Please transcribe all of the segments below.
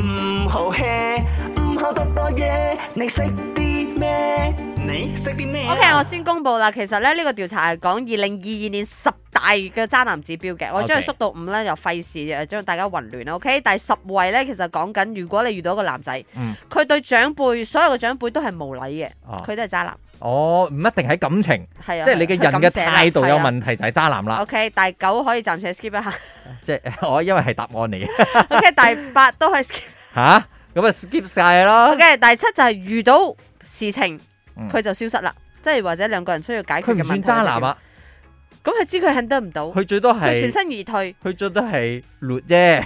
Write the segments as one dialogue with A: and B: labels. A: 唔好 hea，唔好多多嘢，你識啲咩？你識啲咩
B: 嗯
C: OK，我先公布啦。其實咧，呢、個調查係講二零二二年十大嘅渣男指標嘅，我將佢
B: OK
C: 縮到五咧，又費事誒將大家混亂啦。OK，第十位咧，其實講緊如果你遇到一個男仔，
B: 嗯
C: 佢、對長輩所有嘅長輩都係無禮嘅，
B: 哦
C: 佢、都係渣男，
B: 哦，唔一定喺感情，
C: 係啊，
B: 即係你嘅人嘅態度有
C: 問。
B: 問題就係渣男啦。
C: 啊 OK，第九可以暫時 skip 一下。
B: 即係 我因為係答案嚟嘅
C: OK，第八都可以 skip。
B: 吓，咁啊 skip 晒啦。
C: OK，第七就係遇到事情
B: 嗯
C: 佢就消失啦，即係或者兩個人需要解決嘅問
B: 佢
C: 題
B: 唔算渣男
C: 就點。
B: 啊，
C: 咁佢知佢 handle 唔到，
B: 佢最多
C: 佢全
B: 係
C: 身而退，
B: 佢最多係劣啫。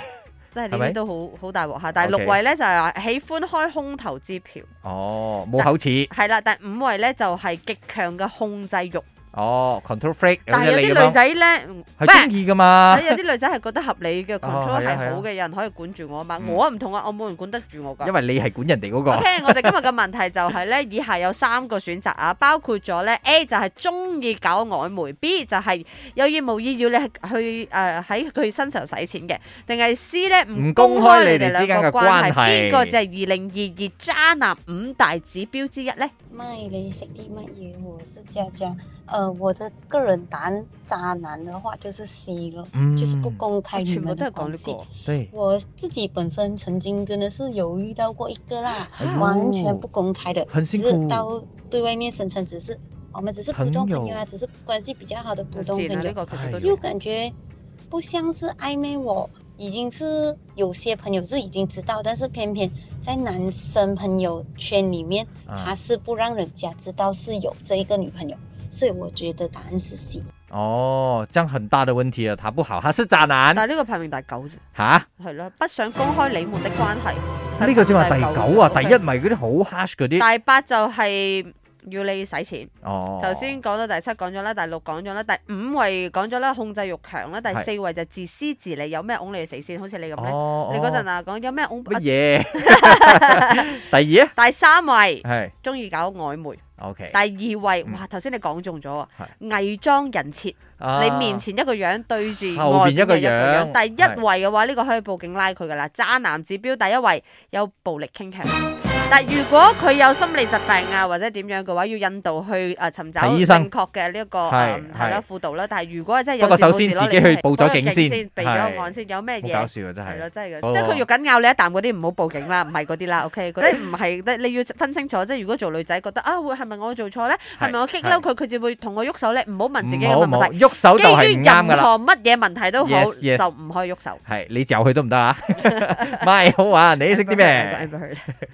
C: 即係呢
B: 係咪
C: 啲都好好大鑊嚇。第
B: OK
C: 六位咧就係話喜歡開空頭支票，
B: 哦，冇口齒。
C: 係啦。第五位咧就係極強嘅控制欲，
B: 哦，control freak 有
C: 但係
B: 啲
C: 有
B: 你
C: 啲女
B: 咁，
C: 仔咧，唔
B: 係中意噶嘛
C: 係。有啲女仔係覺得合理 嘅 control
B: 啊係啊係啊
C: 係好嘅，有人可以管住我啊嘛。
B: 嗯
C: 我唔同啊，我冇人管得住我㗎
B: 因。為你係管人哋嗰
C: OK，
B: 個。
C: 我哋今日嘅問題就係咧，以下有三個選擇啊，包括咗咧 A 就係中意搞曖昧，B 就係有意無意要你去誒喺佢身上使錢嘅，定係 C 咧唔
B: 唔公
C: 公
B: 開
C: 開
B: 你
C: 你
B: 哋
C: 哋
B: 之間
C: 兩個
B: 嘅
C: 關
B: 關
C: 係？
B: 係
C: 邊個就係二零二二渣男五大指標之一咧？
D: 麦雷谁的麦耶，我是佳佳。呃，我的个人答案，渣男的话就是 C 了，
B: 嗯
D: 就是不公开你
C: 啊全部
D: 们
C: 都
D: 的
C: 係講
D: 关
C: 呢
D: 系。
C: 個，
B: 對，
D: 我自己本身曾经真的是有遇到过一个啦，
B: 哎呦
D: 完全不公开的，
B: 很
D: 只
B: 辛
D: 是
B: 苦。
D: 到对外面声称只是我们只是普通朋友啊，只是关系比较好的普通朋
C: 賤啊呢
D: 友，
C: 個其實都
B: 哎
D: 又
B: 呦
D: 感覺不像是暧昧我。已經是有些朋友是已經知道，但是偏偏在男生朋友圈裡面，他
B: 啊
D: 是不讓人家知道是有这一个女朋友，所以我觉得答案是 C。
B: 哦，這樣很大的問題啊！他不好，他是渣男
C: 但係呢個排名第九啫，
B: 吓。
C: 係咯，不想公開你們的關係。
B: 呢個正話第九啊，
C: OK
B: 第一咪嗰啲好 hush 嗰啲。
C: 第八就係要你使錢。
B: 哦，
C: 頭先講到第七講咗啦，第六講咗啦，第五位講咗啦，控制欲強啦，第
B: 係
C: 四位就自私自利，有咩㧬你去死先，好似你咁咧。
B: 哦，
C: 你嗰陣啊講有咩㧬
B: 乜
C: 啊？
B: 嘢？第二啊，
C: 第三位
B: 係
C: 中意搞曖昧，
B: OK。
C: 第二位
B: 嗯
C: 哇頭先你講中咗啊，偽裝人設，
B: 啊
C: 你面前一個樣對住
B: 後邊
C: 外
B: 一個
C: 邊嘅
B: 樣
C: 樣第一位嘅話呢個可以報警拉佢噶啦，渣男指標第一位有暴力傾向。但如果佢有心理疾病啊，或者點樣嘅話，要引導去誒尋找
B: 睇醫生
C: 正確嘅呢一個
B: 係
C: 誒係啦
B: 係
C: 輔導啦。但係如果真係有
B: 不過
C: 事冇
B: 首先
C: 事咯
B: 自己
C: 你
B: 去報
C: 係
B: 咗
C: 報咗
B: 警
C: 警
B: 先
C: 先，避
B: 係
C: 咗案先，有咩
B: 好搞
C: 嘢
B: 笑啊，真
C: 係
B: 係
C: 咯，。真係
B: 嗰
C: 嘅，即係
B: 個
C: 佢肉緊咬你一啖嗰啲唔好報警啦，唔係嗰啲啦，OK，嗰啲唔係，你你要分清楚，即係如果做女仔覺得啊，會係咪我做錯咧？
B: 係嗯
C: 係咪我激嬲佢，佢就會同我喐手咧？唔好問自己
B: 唔好
C: 嘅問題
B: 唔好。喐手就係
C: 基
B: 唔
C: 於
B: 啱噶
C: 任
B: 啦。
C: 何乜嘢問題都好
B: Yes, yes
C: 就唔可以喐手。
B: 係你嚼佢都唔得啊！咪好啊，你識啲咩？
C: Amber，Amber，Amber